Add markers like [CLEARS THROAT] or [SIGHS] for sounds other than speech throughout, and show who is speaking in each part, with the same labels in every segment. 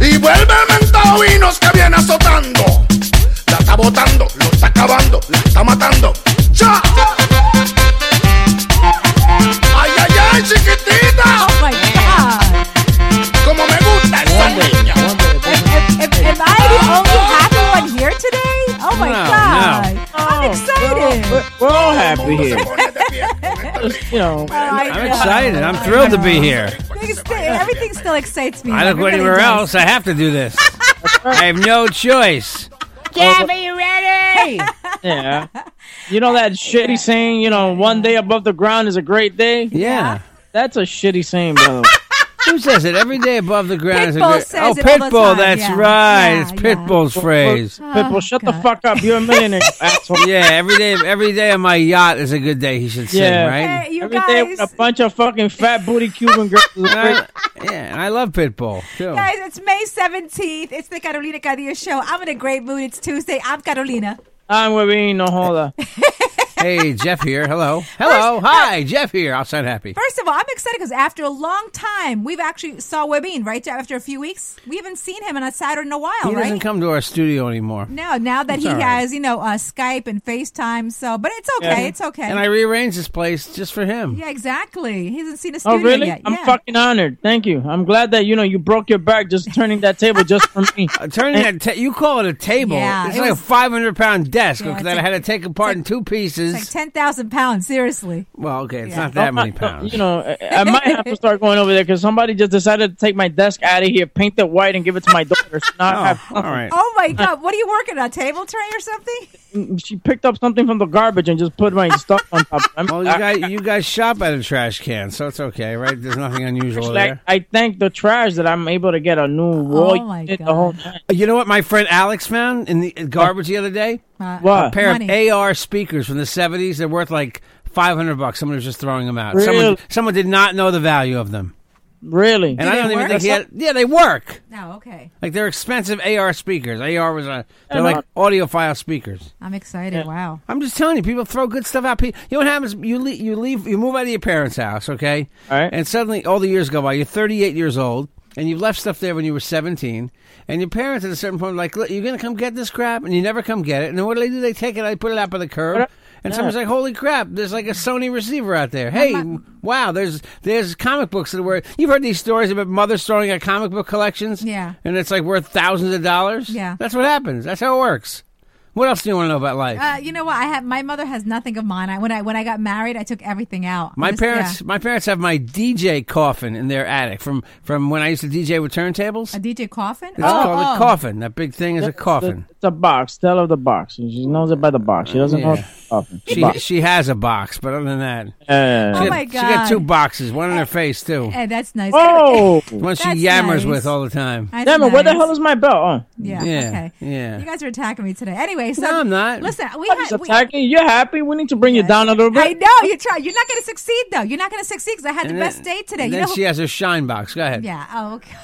Speaker 1: Y vuelve el mentavinos que viene azotando. La está botando, lo está acabando, la está matando. ¡Ya! ¡Ay, ay, ay, chiquitita!
Speaker 2: Oh my God.
Speaker 1: ¡Como me gusta esa niña!
Speaker 2: Am, am I the only happy one here today? Oh my
Speaker 3: No,
Speaker 2: God.
Speaker 3: no.
Speaker 2: I'm excited.
Speaker 3: We're all happy
Speaker 1: Se
Speaker 3: here.
Speaker 1: pone de pie con esto.
Speaker 3: You know,
Speaker 2: I
Speaker 3: I'm
Speaker 2: know.
Speaker 3: excited. I'm thrilled to be here.
Speaker 2: Things still- Everything still excites me.
Speaker 3: I don't go
Speaker 2: Everybody
Speaker 3: anywhere
Speaker 2: does.
Speaker 3: else. I have to
Speaker 2: [LAUGHS]
Speaker 3: do this. I have no choice.
Speaker 4: Gab, are you ready?
Speaker 5: Yeah. You know that shitty saying, you know, one day above the ground is a great day?
Speaker 3: Yeah.
Speaker 5: That's a shitty saying, by the way.
Speaker 3: [LAUGHS] Who says it? Every day above the ground is a
Speaker 2: Pitbull
Speaker 3: great.
Speaker 2: says
Speaker 3: oh,
Speaker 2: it all the
Speaker 3: Pitbull.
Speaker 2: time,
Speaker 3: That's
Speaker 2: yeah.
Speaker 3: right.
Speaker 2: Yeah,
Speaker 3: it's
Speaker 2: yeah.
Speaker 3: Pitbull's phrase.
Speaker 5: Pitbull, shut the
Speaker 2: God.
Speaker 5: fuck up. You're a millionaire, you asshole.
Speaker 3: yeah. Every day, every day on my yacht is a good day. He should sing,
Speaker 5: Yeah.
Speaker 3: right?
Speaker 2: Hey, you
Speaker 5: Every day
Speaker 2: guys.
Speaker 5: with a bunch of fucking fat booty Cuban girls. is a
Speaker 3: [LAUGHS]
Speaker 5: great-
Speaker 3: Uh, yeah. And I love Pitbull too.
Speaker 2: Guys, it's May 17th. It's the Carolina Cadillo Show. I'm in a great mood. It's Tuesday. I'm Carolina.
Speaker 5: I'm with
Speaker 2: [LAUGHS]
Speaker 5: me, no hola.
Speaker 3: Hey, Jeff here. Hello. Hello. Hi, Jeff here. I'll sound happy.
Speaker 2: First of all, I'm excited because after a long time, we've actually saw Webin, right? After a few weeks, we haven't seen him on a Saturday in a while,
Speaker 3: He
Speaker 2: right?
Speaker 3: doesn't come to our studio anymore.
Speaker 2: no, now that he
Speaker 3: all right.
Speaker 2: has, you know, uh, Skype and FaceTime, so but it's okay,
Speaker 5: Yeah.
Speaker 2: it's okay.
Speaker 3: And I rearranged this place just for him.
Speaker 2: yeah, exactly. He hasn't seen a
Speaker 5: Oh,
Speaker 2: studio
Speaker 5: really?
Speaker 2: yet.
Speaker 5: I'm
Speaker 2: yeah.
Speaker 5: fucking honored. Thank you. I'm glad that, you know, you broke your back just turning that table just for me.
Speaker 3: [LAUGHS] Uh, Turning that, ta- you call it a table.
Speaker 2: Yeah,
Speaker 3: it's
Speaker 2: it
Speaker 3: like
Speaker 2: was-
Speaker 3: a 500 pound desk
Speaker 2: Yeah, it's
Speaker 3: that I
Speaker 2: like-
Speaker 3: had to take apart
Speaker 2: like-
Speaker 3: in two pieces.
Speaker 2: Like ten thousand pounds, seriously.
Speaker 3: well, okay, it's
Speaker 2: Yeah.
Speaker 3: not that many
Speaker 5: Uh,
Speaker 3: pounds.
Speaker 5: [LAUGHS] You know, I, I might have to start going over there because somebody just decided to take my desk out of here, paint it white, and give it to my daughter. So now
Speaker 3: [LAUGHS]
Speaker 5: I
Speaker 3: oh,
Speaker 5: have
Speaker 3: all right.
Speaker 2: Oh my god, what are you working on? A table tray or something?
Speaker 5: she picked up something from the garbage and just put my stuff on top. I'm,
Speaker 3: Well, Oh, you
Speaker 5: I-
Speaker 3: guys, you guys shop at a trash can, so it's okay, right? There's nothing unusual
Speaker 5: like,
Speaker 3: there.
Speaker 5: I thank the trash that I'm able to get a new wall.
Speaker 2: Oh, my
Speaker 5: unit the
Speaker 2: God.
Speaker 5: whole time.
Speaker 3: Uh, You know what my friend Alex found in the uh, garbage the other day?
Speaker 2: Uh,
Speaker 5: What?
Speaker 3: A pair
Speaker 2: money.
Speaker 3: of AR speakers from the 70s. They're worth like 500 bucks. Someone was just throwing them out. Someone,
Speaker 5: Really?
Speaker 3: someone did not know the value of them.
Speaker 5: Really?
Speaker 3: And I
Speaker 2: they
Speaker 3: don't even
Speaker 2: work?
Speaker 3: think he had. Yeah, they work.
Speaker 2: No, okay.
Speaker 3: Like they're expensive AR speakers. AR was a. They're
Speaker 5: They're
Speaker 3: like
Speaker 5: not-
Speaker 3: audiophile speakers.
Speaker 2: I'm excited. Wow.
Speaker 3: I'm just telling you, people throw good stuff out. Pe- You know what happens? You leave, you leave, you move out of your parents' house, okay?
Speaker 5: All right.
Speaker 3: And suddenly, all the years go by. You're 38 years old, and you've left stuff there when you were 17. And your parents, at a certain point, are like, "Look, you're gonna come get this crap," and you never come get it. And then what do they do? They take it, they put it out by the curb. And someone's like, "Holy crap! There's like a Sony receiver out there. Hey, wow! There's there's comic books that were. You've heard these stories about mothers throwing out comic book collections.
Speaker 2: Yeah.
Speaker 3: And it's like worth thousands of dollars.
Speaker 2: Yeah.
Speaker 3: That's what happens. That's how it works. What else do you want to know about life?
Speaker 2: Uh, you know what? I have my mother has nothing of mine. I, when I when I got married, I took everything out.
Speaker 3: My
Speaker 2: Just-
Speaker 3: parents,
Speaker 2: yeah.
Speaker 3: my parents have my DJ coffin in their attic from from when I used to DJ with turntables.
Speaker 2: a
Speaker 3: It's
Speaker 2: DJ coffin. Oh,
Speaker 3: called a coffin. That big thing is a coffin.
Speaker 5: It's a box. Tell her the box. She knows it by the box. She doesn't know
Speaker 3: Yeah.
Speaker 5: the coffin.
Speaker 3: She
Speaker 5: Box.
Speaker 3: she has a box, but other than that,
Speaker 5: Yeah.
Speaker 3: she,
Speaker 2: Oh my
Speaker 3: she got
Speaker 2: God.
Speaker 3: two boxes, one in her face too.
Speaker 2: Hey, that's nice.
Speaker 5: Oh!
Speaker 3: One she
Speaker 2: That's
Speaker 3: yammers
Speaker 2: nice.
Speaker 3: with all the time.
Speaker 2: [LAUGHS] That's
Speaker 5: Damn it, where the
Speaker 2: nice.
Speaker 5: hell is my belt? Oh.
Speaker 2: Yeah.
Speaker 3: Yeah,
Speaker 2: Okay.
Speaker 3: yeah.
Speaker 2: You guys are attacking me today. Anyway, so
Speaker 3: No, I'm not.
Speaker 2: Listen, we
Speaker 5: He's
Speaker 2: had. We, I
Speaker 5: attacking you. You're happy. We need to bring you down a little bit.
Speaker 2: know you try. You're not going to succeed though. You're not going to succeed because I had
Speaker 3: And
Speaker 2: the
Speaker 3: then-
Speaker 2: best day today.
Speaker 3: and
Speaker 2: You
Speaker 3: then
Speaker 2: know. who-
Speaker 3: she has her shine box. Go ahead.
Speaker 2: yeah. Oh. Okay.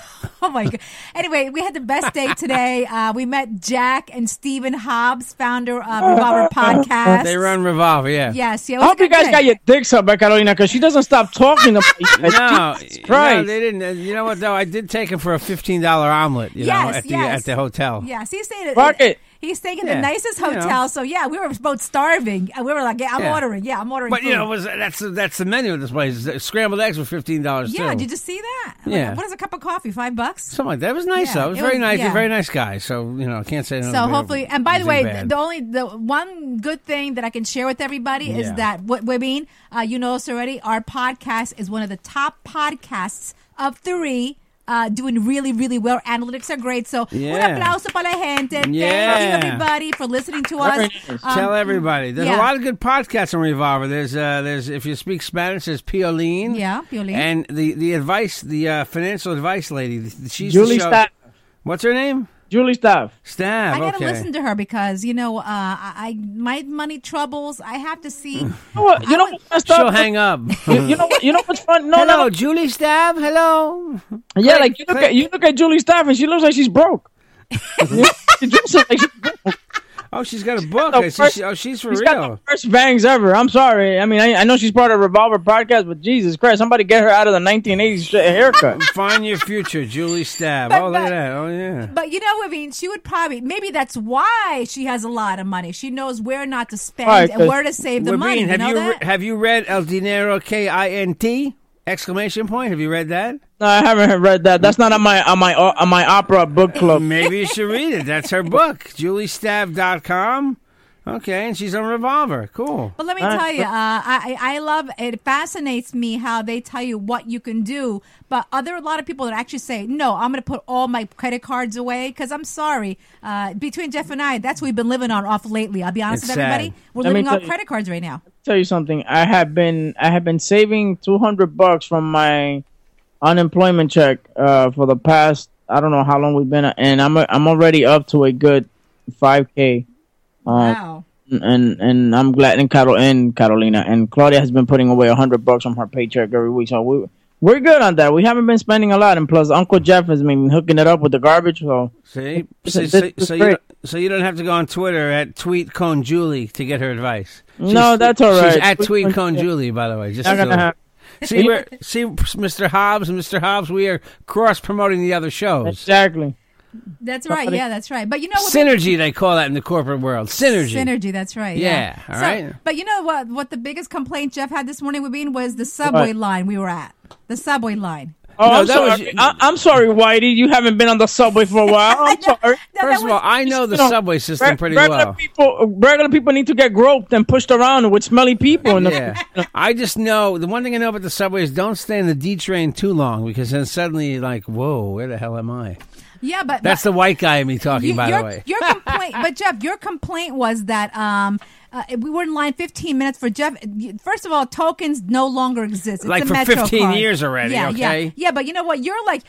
Speaker 2: Oh [LAUGHS] my god. Anyway, we had the best day today. Uh, we met Jack and Stephen Hobbs, founder of Revolver Podcast.
Speaker 3: [LAUGHS] They run revolver. Yeah.
Speaker 2: Yes. Yeah. it
Speaker 5: I
Speaker 2: was a
Speaker 5: hope you
Speaker 2: good
Speaker 5: guys
Speaker 2: day.
Speaker 5: got your dicks up by Carolina because she doesn't stop talking about you.
Speaker 2: [LAUGHS]
Speaker 3: [LAUGHS]
Speaker 5: guys.
Speaker 3: No,
Speaker 5: Jesus
Speaker 3: no,
Speaker 5: Christ.
Speaker 3: they didn't. You know what though? I did take him for a fifteen dollar omelet. You know,
Speaker 2: Yes,
Speaker 3: at the
Speaker 2: yes.
Speaker 3: at the hotel.
Speaker 2: Yes, he's saying it.
Speaker 5: Fuck it.
Speaker 2: He's taking
Speaker 3: Yeah,
Speaker 2: the nicest
Speaker 3: you know.
Speaker 2: hotel. So yeah, we were both starving, and we were like, "Yeah, I'm
Speaker 3: Yeah.
Speaker 2: ordering. Yeah, I'm ordering."
Speaker 3: But you
Speaker 2: food.
Speaker 3: know, it was that's that's the menu of this place. uh, Scrambled eggs were fifteen dollars
Speaker 2: yeah,
Speaker 3: too.
Speaker 2: did you see that? Like,
Speaker 3: Yeah.
Speaker 2: what is a cup of coffee? Five bucks.
Speaker 3: Something like that. It was nice
Speaker 2: Yeah,
Speaker 3: though. It was
Speaker 2: it
Speaker 3: very
Speaker 2: was-
Speaker 3: nice.
Speaker 2: yeah.
Speaker 3: Very nice guy. So you know, can't say.
Speaker 2: So hopefully, and by the way,
Speaker 3: bad.
Speaker 2: the only the one good thing that I can share with everybody
Speaker 3: Yeah.
Speaker 2: is that what we mean, uh, you know us already. Our podcast is one of the top podcasts of three. Uh, doing really, really well. Analytics are great. So, un
Speaker 3: Yeah.
Speaker 2: aplauso para la gente.
Speaker 3: Yeah.
Speaker 2: Thank you, everybody, for listening to
Speaker 5: Very
Speaker 2: us.
Speaker 5: nice.
Speaker 2: Um,
Speaker 3: Tell everybody. There's
Speaker 2: yeah.
Speaker 3: a lot of good podcasts on Revolver. There's uh, there's if you speak Spanish, there's Piolín.
Speaker 2: Yeah, Piolín.
Speaker 3: And the the advice, the uh, financial advice lady. th- th- She's
Speaker 5: Julie
Speaker 3: the show.
Speaker 5: Staff.
Speaker 3: What's her name?
Speaker 5: Julie Staff.
Speaker 3: Stab.
Speaker 2: I gotta
Speaker 3: okay.
Speaker 2: listen to her because you know uh, I, I my money troubles. I have to
Speaker 3: [LAUGHS]
Speaker 2: see.
Speaker 5: You know what? You know
Speaker 2: would-
Speaker 5: what's messed
Speaker 3: She'll
Speaker 5: up?
Speaker 2: [LAUGHS]
Speaker 3: hang up.
Speaker 5: You, you know what? You know what's fun? No,
Speaker 3: Hello,
Speaker 5: no.
Speaker 3: Julie Stab. Hello.
Speaker 5: Yeah, like you look
Speaker 3: click.
Speaker 5: at you look at Julie Staff and she looks like
Speaker 3: [LAUGHS]
Speaker 5: she's broke. she drinks it like she's broke.
Speaker 3: Oh, she's got a book.
Speaker 5: the
Speaker 3: I see
Speaker 5: first-
Speaker 3: she, oh, she's for
Speaker 5: She's got
Speaker 3: real.
Speaker 5: the first bangs ever. I'm sorry. I mean, I, I know she's part of Revolver Podcast, but Jesus Christ, somebody get her out of the 1980s sh- haircut.
Speaker 3: Find your future, Julie Stab.
Speaker 2: But-
Speaker 3: oh, look at
Speaker 2: but-
Speaker 3: that. Oh, yeah.
Speaker 2: But you know, I mean, she would probably maybe that's why she has a lot of money. She knows where not to spend
Speaker 5: Right,
Speaker 2: and
Speaker 5: 'cause
Speaker 2: where to save the
Speaker 3: Rabin,
Speaker 2: money. You
Speaker 3: have
Speaker 2: know
Speaker 3: you re-
Speaker 2: that?
Speaker 3: have you read El Dinero K I N T exclamation point? Have you read that?
Speaker 5: No, I haven't read that. That's not on my on my on my opera book club.
Speaker 3: Maybe you should read it. That's her book, juliestab.com. Okay, and she's on Revolver. Cool.
Speaker 2: But let me tell you, uh, I I I love it. Fascinates me how they tell you what you can do, but other a lot of people that actually say, "No, I'm going to put all my credit cards away," because I'm sorry. Uh, between Jeff and I, that's what we've been living on off lately. I'll be honest
Speaker 3: It's
Speaker 2: with
Speaker 3: sad.
Speaker 2: everybody. We're
Speaker 5: Let me
Speaker 2: living
Speaker 5: tell
Speaker 2: off
Speaker 5: you-
Speaker 2: credit cards right now.
Speaker 5: tell you something. I have been I have been saving two hundred bucks from my unemployment check uh, for the past I don't know how long we've been, and I'm I'm already up to a good five k.
Speaker 2: Wow.
Speaker 5: And and I'm glad and Carol and Carolina and Claudia has been putting away hundred bucks from her paycheck every week, so we we're good on that. We haven't been spending a lot, and plus Uncle Jeff has been hooking it up with the garbage. So
Speaker 3: See? So,
Speaker 5: Listen,
Speaker 3: so,
Speaker 5: this is
Speaker 3: so, you,
Speaker 5: great.
Speaker 3: don't- so you don't have to go on Twitter at Tweet Cone Julie to get her advice.
Speaker 5: no, that's all right.
Speaker 3: She's at
Speaker 5: We're
Speaker 3: Tweet
Speaker 5: gonna-
Speaker 3: Cone Julie, by the way. Just
Speaker 5: Not
Speaker 3: so-
Speaker 5: gonna happen.
Speaker 3: see, we're, see, Mr. Hobbs and Mr. Hobbs, we are cross promoting the other shows.
Speaker 5: Exactly.
Speaker 2: That's right. Yeah, that's right. But you know what?
Speaker 3: Synergy, they call that in the corporate world. Synergy.
Speaker 2: Synergy, that's right.
Speaker 3: Yeah,
Speaker 2: Yeah.
Speaker 3: all right.
Speaker 2: But you know what? What the biggest complaint Jeff had this morning with Bean was the subway
Speaker 5: What?
Speaker 2: line we were at. The subway line.
Speaker 5: Oh,
Speaker 3: No,
Speaker 5: I'm
Speaker 3: that was-
Speaker 5: sorry. I- I'm sorry, Whitey. You haven't been on the subway for
Speaker 3: [LAUGHS]
Speaker 5: a while. I'm sorry.
Speaker 2: No,
Speaker 3: First
Speaker 2: that
Speaker 3: of all,
Speaker 2: was-
Speaker 3: I know the
Speaker 5: You know,
Speaker 3: subway system
Speaker 5: reg-
Speaker 3: pretty
Speaker 5: regular
Speaker 3: well.
Speaker 5: People, regular people need to get groped and pushed around with smelly people. In the,
Speaker 3: Yeah. I just know the one thing I know about the subway is don't stay in the D train too long because then suddenly you're like, whoa, where the hell am I?
Speaker 2: yeah, but
Speaker 3: That's the white guy in me talking,
Speaker 2: you-
Speaker 3: by
Speaker 2: your,
Speaker 3: the way. [LAUGHS]
Speaker 2: your complaint, but Jeff, your complaint was that um, uh, we were in line 15 minutes for Jeff. First of all, tokens no longer exist. It's
Speaker 3: Like
Speaker 2: the
Speaker 3: for
Speaker 2: Metro
Speaker 3: 15
Speaker 2: card.
Speaker 3: years already,
Speaker 2: Yeah, yeah,
Speaker 3: okay?
Speaker 2: yeah. But you know what? You're like.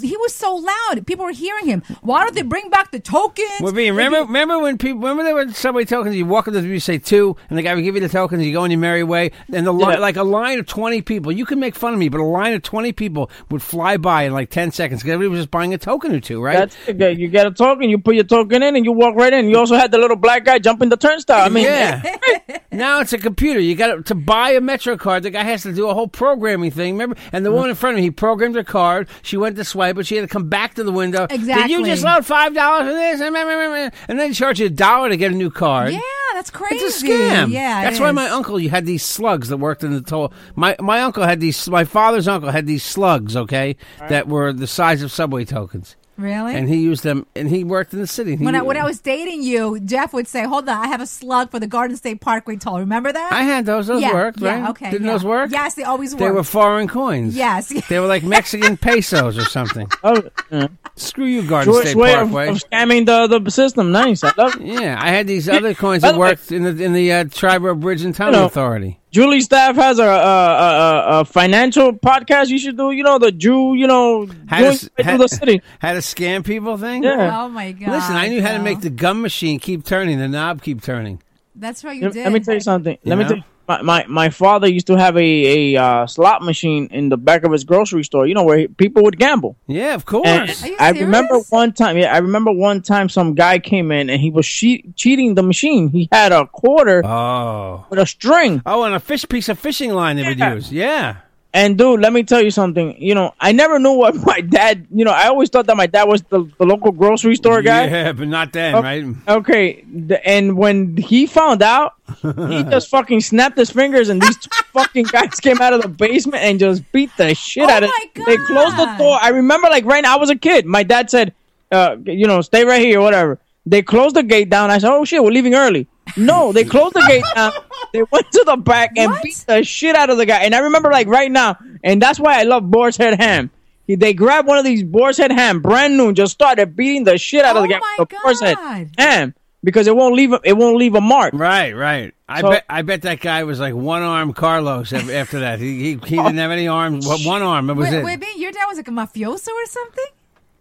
Speaker 2: He was so loud; people were hearing him. Why don't they bring back the tokens?
Speaker 3: Well, being, remember, remember when people remember there were subway tokens. You walk up to the you say two, and the guy would give you the tokens. You go on your merry way, and the li-
Speaker 5: Yeah.
Speaker 3: like a line of twenty people. You can make fun of me, but a line of twenty people would fly by in like ten seconds because everybody was just buying a token or two, right?
Speaker 5: [LAUGHS] That's it. You get a token, you put your token in, and you walk right in. You also had the little black guy jumping the turnstile. I mean,
Speaker 3: yeah. [LAUGHS] now it's a computer. You got to buy a Metro card. The guy has to do a whole programming thing. Remember? And the
Speaker 2: Mm-hmm.
Speaker 3: woman in front of me, he programmed her card. She went to swipe, but she had to come back to the window. Did you
Speaker 2: Exactly.
Speaker 3: just load five dollars for this? And then charge you a dollar to get a new card.
Speaker 2: yeah, that's crazy.
Speaker 3: It's a scam.
Speaker 2: Yeah, it
Speaker 3: that's why my
Speaker 2: is.
Speaker 3: uncle you had these slugs that worked in the toll. My my uncle had these. My father's uncle had these slugs. Okay, that were the size of subway tokens,
Speaker 2: really
Speaker 3: and he used them. And he worked in the city. He-
Speaker 2: When I, when I was dating you, Jeff would say, "Hold on, I have a slug for the Garden State Parkway toll." Remember that?
Speaker 3: I had those. Those
Speaker 2: yeah,
Speaker 3: worked,
Speaker 2: yeah,
Speaker 3: right?
Speaker 2: Okay.
Speaker 3: Didn't
Speaker 2: yeah.
Speaker 3: those work?
Speaker 2: Yes, they always work.
Speaker 3: They were foreign coins.
Speaker 2: [LAUGHS]
Speaker 3: [LAUGHS]
Speaker 2: Yes. [LAUGHS]
Speaker 3: They were like Mexican pesos or something.
Speaker 5: Oh,
Speaker 3: [LAUGHS]
Speaker 5: yeah.
Speaker 3: Screw you, Garden
Speaker 5: George
Speaker 3: State
Speaker 5: way of,
Speaker 3: Parkway.
Speaker 5: of scamming the, the system. Nice. I love it.
Speaker 3: yeah, I had these other coins
Speaker 5: By
Speaker 3: that
Speaker 5: the way-
Speaker 3: worked in the in the uh, Triborough Bridge and Tunnel
Speaker 5: know-
Speaker 3: Authority.
Speaker 5: Julie Staff has a, a, a, a- a financial podcast you should do. You know, the Jew, you know,
Speaker 3: How
Speaker 5: doing
Speaker 3: does- how-
Speaker 5: right through the city.
Speaker 3: How to scam people thing?
Speaker 5: Yeah.
Speaker 2: Oh my god!
Speaker 3: Listen, I knew how to
Speaker 2: no.
Speaker 3: make the gum machine keep turning, the knob keep turning.
Speaker 2: That's right, you
Speaker 5: Let
Speaker 2: did.
Speaker 5: let me tell you something. Let me
Speaker 3: know?
Speaker 5: tell you. My, my my father used to have a a uh, slot machine in the back of his grocery store. You know where he, people would gamble.
Speaker 3: Yeah, of course.
Speaker 5: And
Speaker 2: Are you
Speaker 5: I remember
Speaker 2: serious?
Speaker 5: one time. Yeah, I remember one time some guy came in and he was she- cheating the machine. He had a quarter
Speaker 3: oh.
Speaker 5: with a string.
Speaker 3: Oh, and a fish piece of fishing line they would
Speaker 5: Yeah.
Speaker 3: use. Yeah.
Speaker 5: And dude, let me tell you something. You know, I never knew what [LAUGHS] my dad. You know, I always thought that my dad was the, the local grocery store guy. Oh.
Speaker 3: Yeah, but not then,
Speaker 5: Okay.
Speaker 3: right?
Speaker 5: Okay, the- and when he found out,
Speaker 2: [LAUGHS]
Speaker 5: he just fucking snapped his fingers, and these two fucking guys came out of the basement and just beat the shit
Speaker 2: Oh
Speaker 5: out of.
Speaker 2: my
Speaker 5: They closed the
Speaker 2: God.
Speaker 5: door. I remember, like right now, I was a kid. My dad said, uh, "You know, stay right here, whatever." They closed the gate down. I said, "Oh shit, we're leaving early." No, they closed the gate down.
Speaker 2: [LAUGHS]
Speaker 5: They went to the back and
Speaker 2: What?
Speaker 5: beat the shit out of the guy. And I remember, like right now, and that's why I love Boar's Head Ham. He- They grabbed one of these boar's head ham, brand new, and just started beating the shit out of
Speaker 2: Oh
Speaker 5: the guy.
Speaker 2: my
Speaker 5: with the boar's head
Speaker 2: God.
Speaker 5: ham because it won't leave a, it won't leave a mark.
Speaker 3: Right, right. I
Speaker 5: So-
Speaker 3: bet I bet that guy was like one arm Carlos af- after that. He he, he didn't have any arms. Well, one arm. That was
Speaker 2: Wait,
Speaker 3: it.
Speaker 2: wait, man, your dad was like a mafioso or something?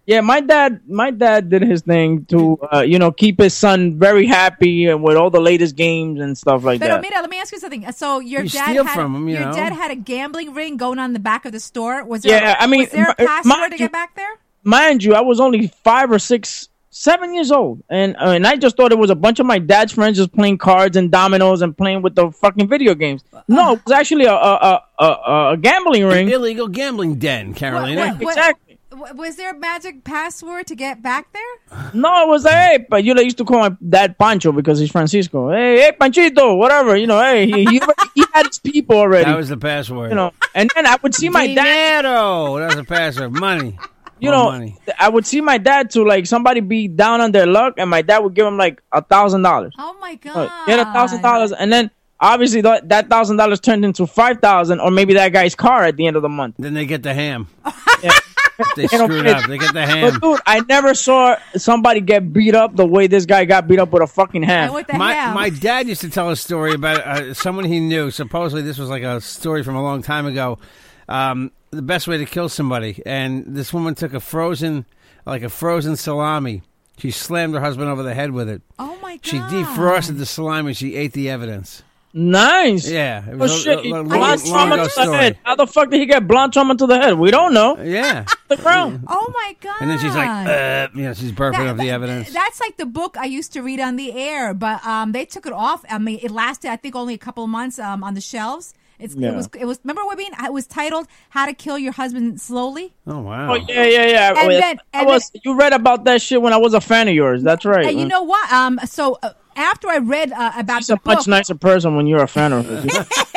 Speaker 5: Yeah, my dad my dad did his thing to uh, you know keep his son very happy and with all the latest games and stuff like
Speaker 2: Pero
Speaker 5: that.
Speaker 2: mira, let me ask you something. So your
Speaker 3: You
Speaker 2: dad
Speaker 3: steal
Speaker 2: had
Speaker 3: from 'em, you
Speaker 2: your
Speaker 3: know?
Speaker 2: dad had a gambling ring going on in the back of the store. Was there?
Speaker 5: Yeah, I mean,
Speaker 2: was there a
Speaker 5: m-
Speaker 2: password
Speaker 5: mind
Speaker 2: to
Speaker 5: you-
Speaker 2: get back there?
Speaker 5: Mind you, I was only five or six, seven years old, and uh, and I just thought it was a bunch of my dad's friends just playing cards and dominoes and playing with the fucking video games. No, it was actually a a a, a, a gambling
Speaker 3: An
Speaker 5: ring.
Speaker 3: illegal gambling den, Carolina.
Speaker 2: What- what-
Speaker 5: Exactly.
Speaker 2: W- Was there a magic password to get back there?
Speaker 5: No, it was hey, but you know, used to call my dad Pancho because he's Francisco. Hey, hey, Panchito, whatever, you know. Hey, he,
Speaker 3: [LAUGHS]
Speaker 5: he, he had his people already,
Speaker 3: That was the password.
Speaker 5: you know. And then I would see my dad,
Speaker 3: Dinero. That was the password. Money.
Speaker 5: you
Speaker 3: More
Speaker 5: know,
Speaker 3: money.
Speaker 5: I would see my dad to like somebody be down on their luck, and my dad would give him like a thousand dollars.
Speaker 2: Oh my god!
Speaker 5: Uh, Get a thousand
Speaker 3: Ah.
Speaker 5: dollars, and then obviously th- that thousand dollars turned into five thousand, or maybe that guy's car at the end of the month.
Speaker 3: Then they get the ham.
Speaker 5: [LAUGHS] Yeah.
Speaker 3: They
Speaker 5: don't
Speaker 3: screwed
Speaker 5: get-
Speaker 3: up. They get the
Speaker 5: But
Speaker 3: ham.
Speaker 5: dude, I never saw somebody get beat up the way this guy got beat up with a fucking
Speaker 2: And
Speaker 5: hand.
Speaker 2: what the
Speaker 3: My,
Speaker 2: hell?
Speaker 3: my dad used to tell a story about uh, someone he knew. Supposedly, this was like a story from a long time ago. Um, the best way to kill somebody, and this woman took a frozen, like a frozen salami. She slammed her husband over the head with it.
Speaker 2: oh my god!
Speaker 3: She defrosted the salami. She ate the evidence.
Speaker 5: Nice.
Speaker 3: Yeah, it
Speaker 5: Oh
Speaker 3: was a-
Speaker 5: shit!
Speaker 3: a-
Speaker 5: he-
Speaker 3: a long-
Speaker 5: Blonde
Speaker 2: long
Speaker 5: trauma
Speaker 2: ago
Speaker 5: to the head.
Speaker 3: story.
Speaker 5: How the fuck did he get blonde trauma to the head? We don't know.
Speaker 3: Yeah,
Speaker 5: The ground.
Speaker 2: Oh my god!
Speaker 3: and then she's
Speaker 2: [LAUGHS]
Speaker 3: like, uh, you know, she's burping up the evidence.
Speaker 2: That's like the book I used to read on the air, but um, they took it off. I mean, it lasted, I think, only a couple of months um, on the shelves. It's,
Speaker 5: Yeah.
Speaker 2: It was. It was. Remember what I mean? It was titled "How to Kill Your Husband Slowly."
Speaker 3: Oh wow!
Speaker 5: Oh yeah, yeah, yeah.
Speaker 2: And
Speaker 5: Wait,
Speaker 2: then-
Speaker 5: I
Speaker 2: and
Speaker 5: was. you read about that shit when I was a fan of yours. That's right. uh,
Speaker 2: And you know what? Um, so uh, after I read uh, about
Speaker 5: She's
Speaker 2: the
Speaker 5: a
Speaker 2: book,
Speaker 5: much nicer person when you're a fan
Speaker 3: [LAUGHS]
Speaker 5: of her.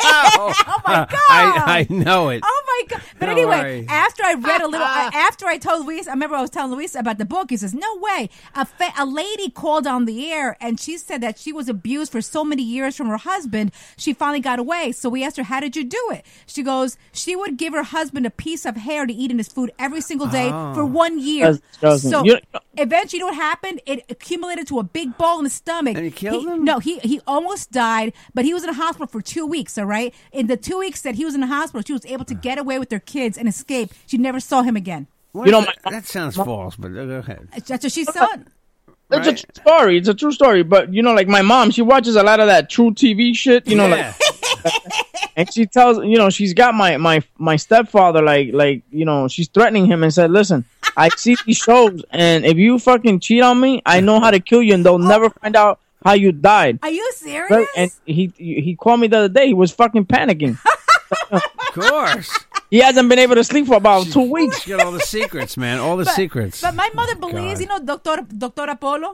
Speaker 2: [LAUGHS] oh my god!
Speaker 3: I, I know it.
Speaker 2: Oh my god! But
Speaker 3: Don't
Speaker 2: anyway,
Speaker 3: worry.
Speaker 2: after I read a little, uh, after I told Luis, I remember I was telling Luis about the book. He says, "No way!" A fa- a lady called on the air and she said that she was abused for so many years from her husband. She finally got away. So we asked her, "How did you do it?" She goes, "She would give her husband a piece of hair to eat in his food every single day
Speaker 3: Oh.
Speaker 2: for one year."
Speaker 5: That's disgusing.
Speaker 2: So
Speaker 5: You-
Speaker 2: eventually, you know what happened? It accumulated to a big ball in the stomach.
Speaker 3: And he killed him?
Speaker 2: No, he he almost died, but he was in the hospital for two weeks. All right, in the two weeks that he was in the hospital, she was able to get away with their kids and escape. She never saw him again.
Speaker 3: What
Speaker 5: You know,
Speaker 3: is that,
Speaker 5: my-
Speaker 3: that sounds false, but go ahead.
Speaker 2: That's what she saw.
Speaker 3: uh,
Speaker 5: It's
Speaker 3: Right.
Speaker 5: a true story. It's a true story. But you know, like my mom, she watches a lot of that true TV shit. You know, like
Speaker 3: Yeah.
Speaker 5: and she tells you know she's got my my my stepfather like like you know she's threatening him and said, listen, I see these shows, and if you fucking cheat on me, I know how to kill you, and they'll never find out how you died.
Speaker 2: Are you serious?
Speaker 5: Right? And he he called me the other day. He was fucking panicking.
Speaker 3: of course.
Speaker 5: He hasn't been able to sleep for
Speaker 2: [LAUGHS]
Speaker 5: about two weeks.
Speaker 3: She got all the secrets, man. All the secrets. Oh,
Speaker 2: But my mother believes,
Speaker 3: God.
Speaker 2: you know, Doctor Doctor Apollo.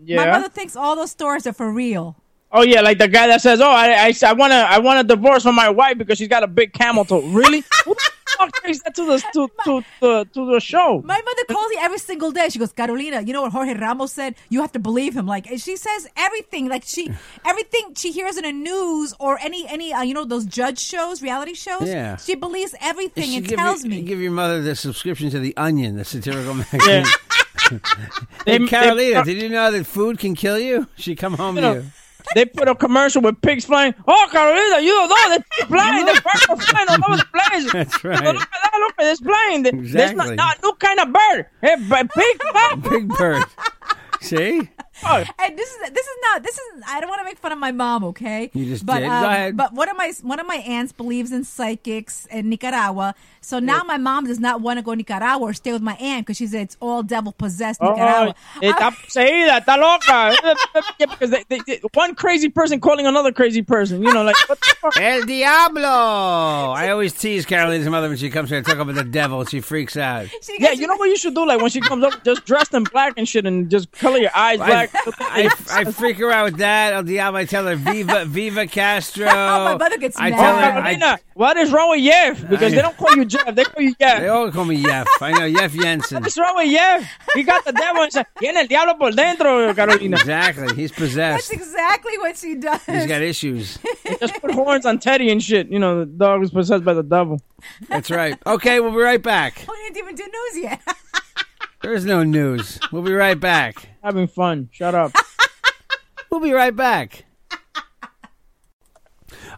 Speaker 2: My
Speaker 5: Yeah.
Speaker 2: mother thinks all those stories are for real.
Speaker 5: Oh yeah, like the guy that says, "Oh, I I, I want to I want a divorce from my wife because she's got a big camel toe." Really? Who the fuck takes that to the to to to, to the show?
Speaker 2: My mother calls me every single day. She goes, Carolina, you know what Jorge Ramos said? You have to believe him. Like and she says everything. Like
Speaker 3: [SIGHS]
Speaker 2: she, everything she hears in the news or any any uh, you know those judge shows, reality shows.
Speaker 3: Yeah.
Speaker 2: She believes everything
Speaker 3: She
Speaker 2: and
Speaker 3: give
Speaker 2: tells
Speaker 3: you-
Speaker 2: me.
Speaker 3: Give your mother the subscription to the Onion, the satirical magazine.
Speaker 5: They-
Speaker 3: hey,
Speaker 5: they-
Speaker 3: Carolina, did you know that food can kill you? [LAUGHS] She come home
Speaker 5: You know,
Speaker 3: to you.
Speaker 5: They put a commercial with pigs flying. Oh, Carolina, you don't know the
Speaker 3: [LAUGHS]
Speaker 5: pig flying. The birds are flying all over the place. [LAUGHS]
Speaker 3: That's
Speaker 5: You know,
Speaker 3: right.
Speaker 5: look at that! Look at this flying. There's
Speaker 3: Exactly. [LAUGHS]
Speaker 5: not, not new kind of bird. Hey, b- pig fly.
Speaker 3: Big bird. See?
Speaker 2: and this is this is not this is I don't want to make fun of my mom, okay?
Speaker 3: You just
Speaker 2: but,
Speaker 3: did. Go
Speaker 2: um,
Speaker 3: ahead.
Speaker 2: But one of my one of my aunts believes in psychics in Nicaragua, so now my mom does not want to go to Nicaragua or stay with my aunt because she said it's all devil possessed
Speaker 5: Oh,
Speaker 2: [LAUGHS] Nicaragua. Ah.
Speaker 5: está poseída, está loca. [LAUGHS] Yeah, because they, they, they- one crazy person calling another crazy person. You know, like what the
Speaker 3: [LAUGHS]
Speaker 5: fuck?
Speaker 3: El Diablo! I always tease Caroline's mother when she comes here and talk about the devil. She freaks out.
Speaker 2: She-
Speaker 5: Yeah, you know what you should do? Like when she comes up, just dressed in black and shit, and just color your
Speaker 3: [LAUGHS]
Speaker 5: eyes
Speaker 3: I,
Speaker 5: black.
Speaker 3: I, I freak her out with that. El Diablo, I tell her, Viva, Viva
Speaker 2: [LAUGHS]
Speaker 3: Castro.
Speaker 2: My mother gets
Speaker 3: I
Speaker 2: mad.
Speaker 5: Oh,
Speaker 3: tell her, I-
Speaker 5: Carolina, what is wrong with Yev? Because they don't call you Jeff, they call you Yev.
Speaker 3: they all call me Yef. I know, Yef Jensen.
Speaker 5: What's wrong with Jeff? He got the devil inside. Tiene el diablo por dentro,
Speaker 3: [LAUGHS]
Speaker 5: Carolina.
Speaker 3: Exactly. He's
Speaker 2: That's
Speaker 3: possessed.
Speaker 2: exactly what she does.
Speaker 3: He's got [LAUGHS] issues.
Speaker 5: Just put horns on Teddy and shit. You know, the dog is possessed by the devil.
Speaker 3: That's right. Okay, we'll be right back.
Speaker 2: we didn't even do news yet. [LAUGHS]
Speaker 3: There's no news. We'll be right back.
Speaker 5: Having fun. Shut up.
Speaker 3: We'll be right back.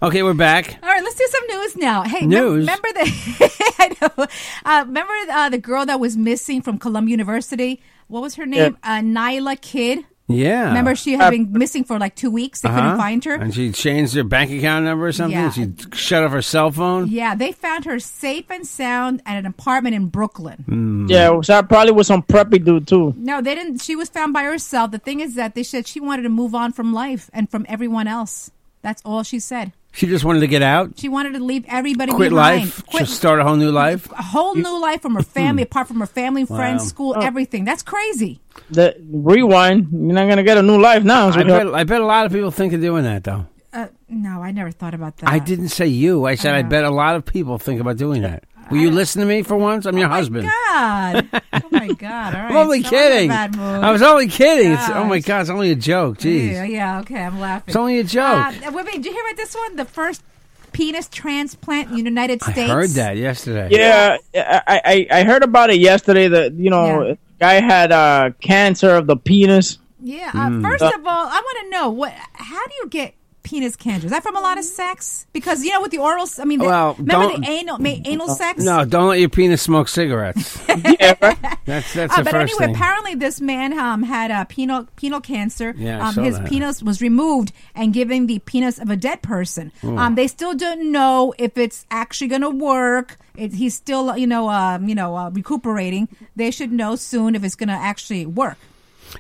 Speaker 3: Okay, we're back.
Speaker 2: All right, let's do some news now. Hey, mem-
Speaker 3: News?
Speaker 2: remember the [LAUGHS] I know. Uh, remember uh, the girl that was missing from Columbia University? What was her name? Uh, Nyla Kidd.
Speaker 3: Yeah.
Speaker 2: Remember, she
Speaker 3: uh,
Speaker 2: had been missing for like two weeks. They
Speaker 3: Uh-huh.
Speaker 2: couldn't find her.
Speaker 3: And she changed her bank account number or something.
Speaker 2: Yeah.
Speaker 3: She shut off her cell phone.
Speaker 2: Yeah, they found her safe and sound at an apartment in Brooklyn.
Speaker 3: Mm.
Speaker 5: Yeah, so I probably was some preppy dude too.
Speaker 2: No, they didn't. She was found by herself. The thing is that they said she wanted to move on from life and from everyone else. That's all she said.
Speaker 3: She just wanted to get out,
Speaker 2: She wanted to leave everybody
Speaker 3: quit
Speaker 2: behind.
Speaker 3: life, just start a whole new life.
Speaker 2: a whole new life
Speaker 3: [CLEARS THROAT]
Speaker 2: from her family, apart from her family, friends, school, everything. That's crazy.
Speaker 5: The rewind. You're not gonna get a new life now.
Speaker 3: I
Speaker 5: sweetheart.
Speaker 3: bet, I bet a lot of people think of doing that, though.
Speaker 2: Uh, no, I never thought about that.
Speaker 3: I didn't say you. I said I bet a lot of people think about doing that. Will you listen to me for once? I'm your husband.
Speaker 2: God. Oh
Speaker 3: [LAUGHS]
Speaker 2: my God. All right.
Speaker 3: I'm only
Speaker 2: So I'm in a
Speaker 3: kidding.
Speaker 2: bad mood.
Speaker 3: I was only kidding. It's, oh my
Speaker 2: Gosh.
Speaker 3: God, it's only a joke. Jeez.
Speaker 2: Yeah, yeah, okay. I'm laughing.
Speaker 3: It's only a joke.
Speaker 2: Uh, wait, wait, did you hear about this one? The first penis transplant in the United
Speaker 3: I
Speaker 2: States.
Speaker 3: heard that yesterday.
Speaker 5: Yeah, I, I I heard about it yesterday. That you know,
Speaker 2: Yeah.
Speaker 5: guy had uh, cancer of the penis.
Speaker 2: Yeah. Uh,
Speaker 3: Hmm.
Speaker 2: First of all, I want to know what. How do you get penis cancer? Is that from a lot of sex? Because you know, with the oral, s- I mean, the,
Speaker 3: Well,
Speaker 2: remember
Speaker 3: don't- Uh,
Speaker 2: the anal, ma- anal sex?
Speaker 3: No, don't let your penis smoke cigarettes.
Speaker 2: [LAUGHS]
Speaker 5: Yeah, right?
Speaker 3: That's that's
Speaker 2: Uh,
Speaker 3: the
Speaker 2: but
Speaker 3: first
Speaker 2: anyway,
Speaker 3: thing.
Speaker 2: apparently this man um, had uh, penal penal cancer.
Speaker 3: Yeah, I
Speaker 2: um,
Speaker 3: saw
Speaker 2: his
Speaker 3: that.
Speaker 2: penis was removed and given the penis of a dead person. Um, they still don't know if it's actually going to work. It, he's still, you know, um, you know, uh, recuperating. They should know soon if it's going to actually work.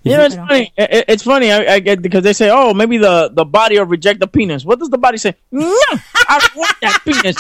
Speaker 5: you know, it's funny. It, it- it's funny. I, I get because they say, oh, maybe the the body will reject the penis. What does the body say? No, I want that penis.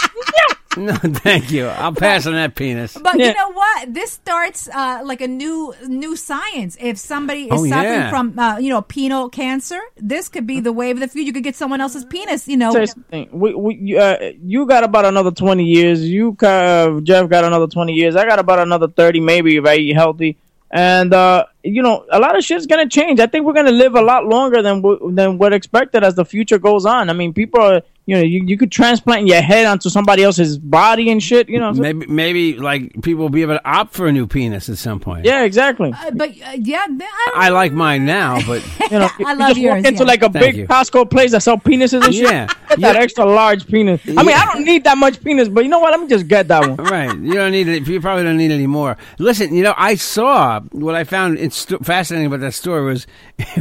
Speaker 5: No.
Speaker 3: no, [LAUGHS] thank you. I'll pass on that
Speaker 2: [LAUGHS]
Speaker 3: penis.
Speaker 2: But
Speaker 5: Yeah.
Speaker 2: you know what? This starts uh, like a new new science. If somebody is
Speaker 3: Oh,
Speaker 2: suffering
Speaker 3: yeah.
Speaker 2: from uh, you know penal cancer, this could be the wave of the future. You could get someone else's penis. You know,
Speaker 5: Say something. We, we, you, uh, you got about another 20 years. You, uh, Jeff, got another 20 years. I got about another 30, maybe, if I eat healthy. And, uh, you know, a lot of shit's going to change. I think we're going to live a lot longer than w- than what expected as the future goes on. I mean, people are, you know, you, you could transplant your head onto somebody else's body and shit, you know. so-
Speaker 3: Maybe maybe like people will be able to opt for a new penis at some point.
Speaker 5: yeah, exactly.
Speaker 2: Uh, but uh, yeah, I,
Speaker 3: I like mine now,
Speaker 2: [LAUGHS]
Speaker 3: but
Speaker 5: You know,
Speaker 2: I
Speaker 5: you
Speaker 2: love
Speaker 5: just
Speaker 2: yours,
Speaker 5: walk into
Speaker 2: yeah.
Speaker 5: like a
Speaker 3: Thank
Speaker 5: big
Speaker 3: you.
Speaker 5: Costco place that sell penises and shit.
Speaker 3: Yeah.
Speaker 5: Get that
Speaker 3: Yeah.
Speaker 5: extra large penis. I mean, I don't need that much penis, but you know what? Let me just get that one.
Speaker 3: right. You don't need it. You probably don't need any more. Listen, you know, I saw what I found it's st- fascinating about that story was [LAUGHS]